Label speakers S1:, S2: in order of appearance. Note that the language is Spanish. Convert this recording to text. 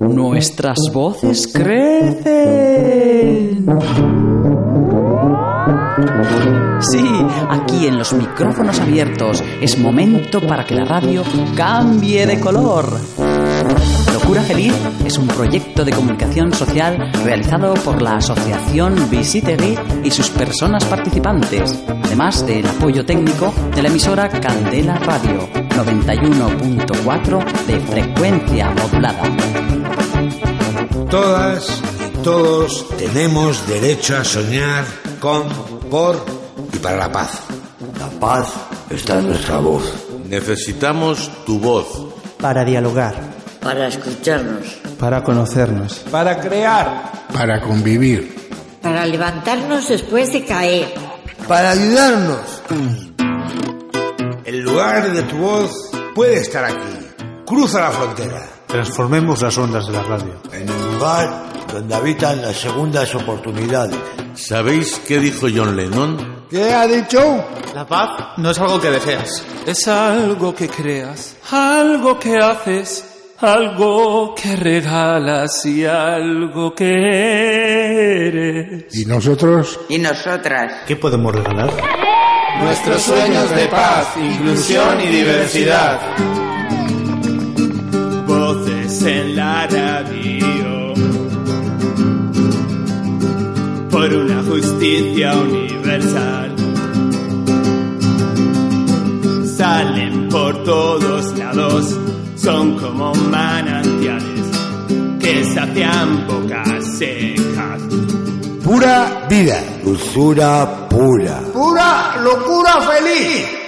S1: Nuestras voces crecen. Sí, aquí en los micrófonos abiertos es momento para que la radio cambie de color. Locura Feliz es un proyecto de comunicación social realizado por la Asociación Visiteri y sus personas participantes, además del apoyo técnico de la emisora Candela Radio 91.4 de frecuencia modulada.
S2: Todas y todos tenemos derecho a soñar con, por y para la paz.
S3: La paz está en nuestra voz.
S4: Necesitamos tu voz.
S5: Para dialogar.
S6: Para escucharnos.
S5: Para conocernos.
S7: Para crear.
S8: Para convivir.
S9: Para levantarnos después de caer.
S10: Para ayudarnos.
S2: El lugar de tu voz puede estar aquí. Cruza la frontera.
S11: Transformemos las ondas de la radio.
S3: En el lugar donde habitan las segundas oportunidades.
S4: ¿Sabéis qué dijo John Lennon?
S10: ¿Qué ha dicho?
S12: La paz no es algo que deseas. Es algo que creas, algo que haces, algo que regalas y algo que eres.
S8: ¿Y nosotros?
S13: ¿Y nosotras?
S11: ¿Qué podemos regalar?
S14: Nuestros sueños de paz, inclusión y diversidad.
S15: Voces en la radio. por una justicia universal. Salen por todos lados, son como manantiales que sacian bocas secas.
S2: Pura vida,
S3: dulzura pura.
S2: Pura locura feliz.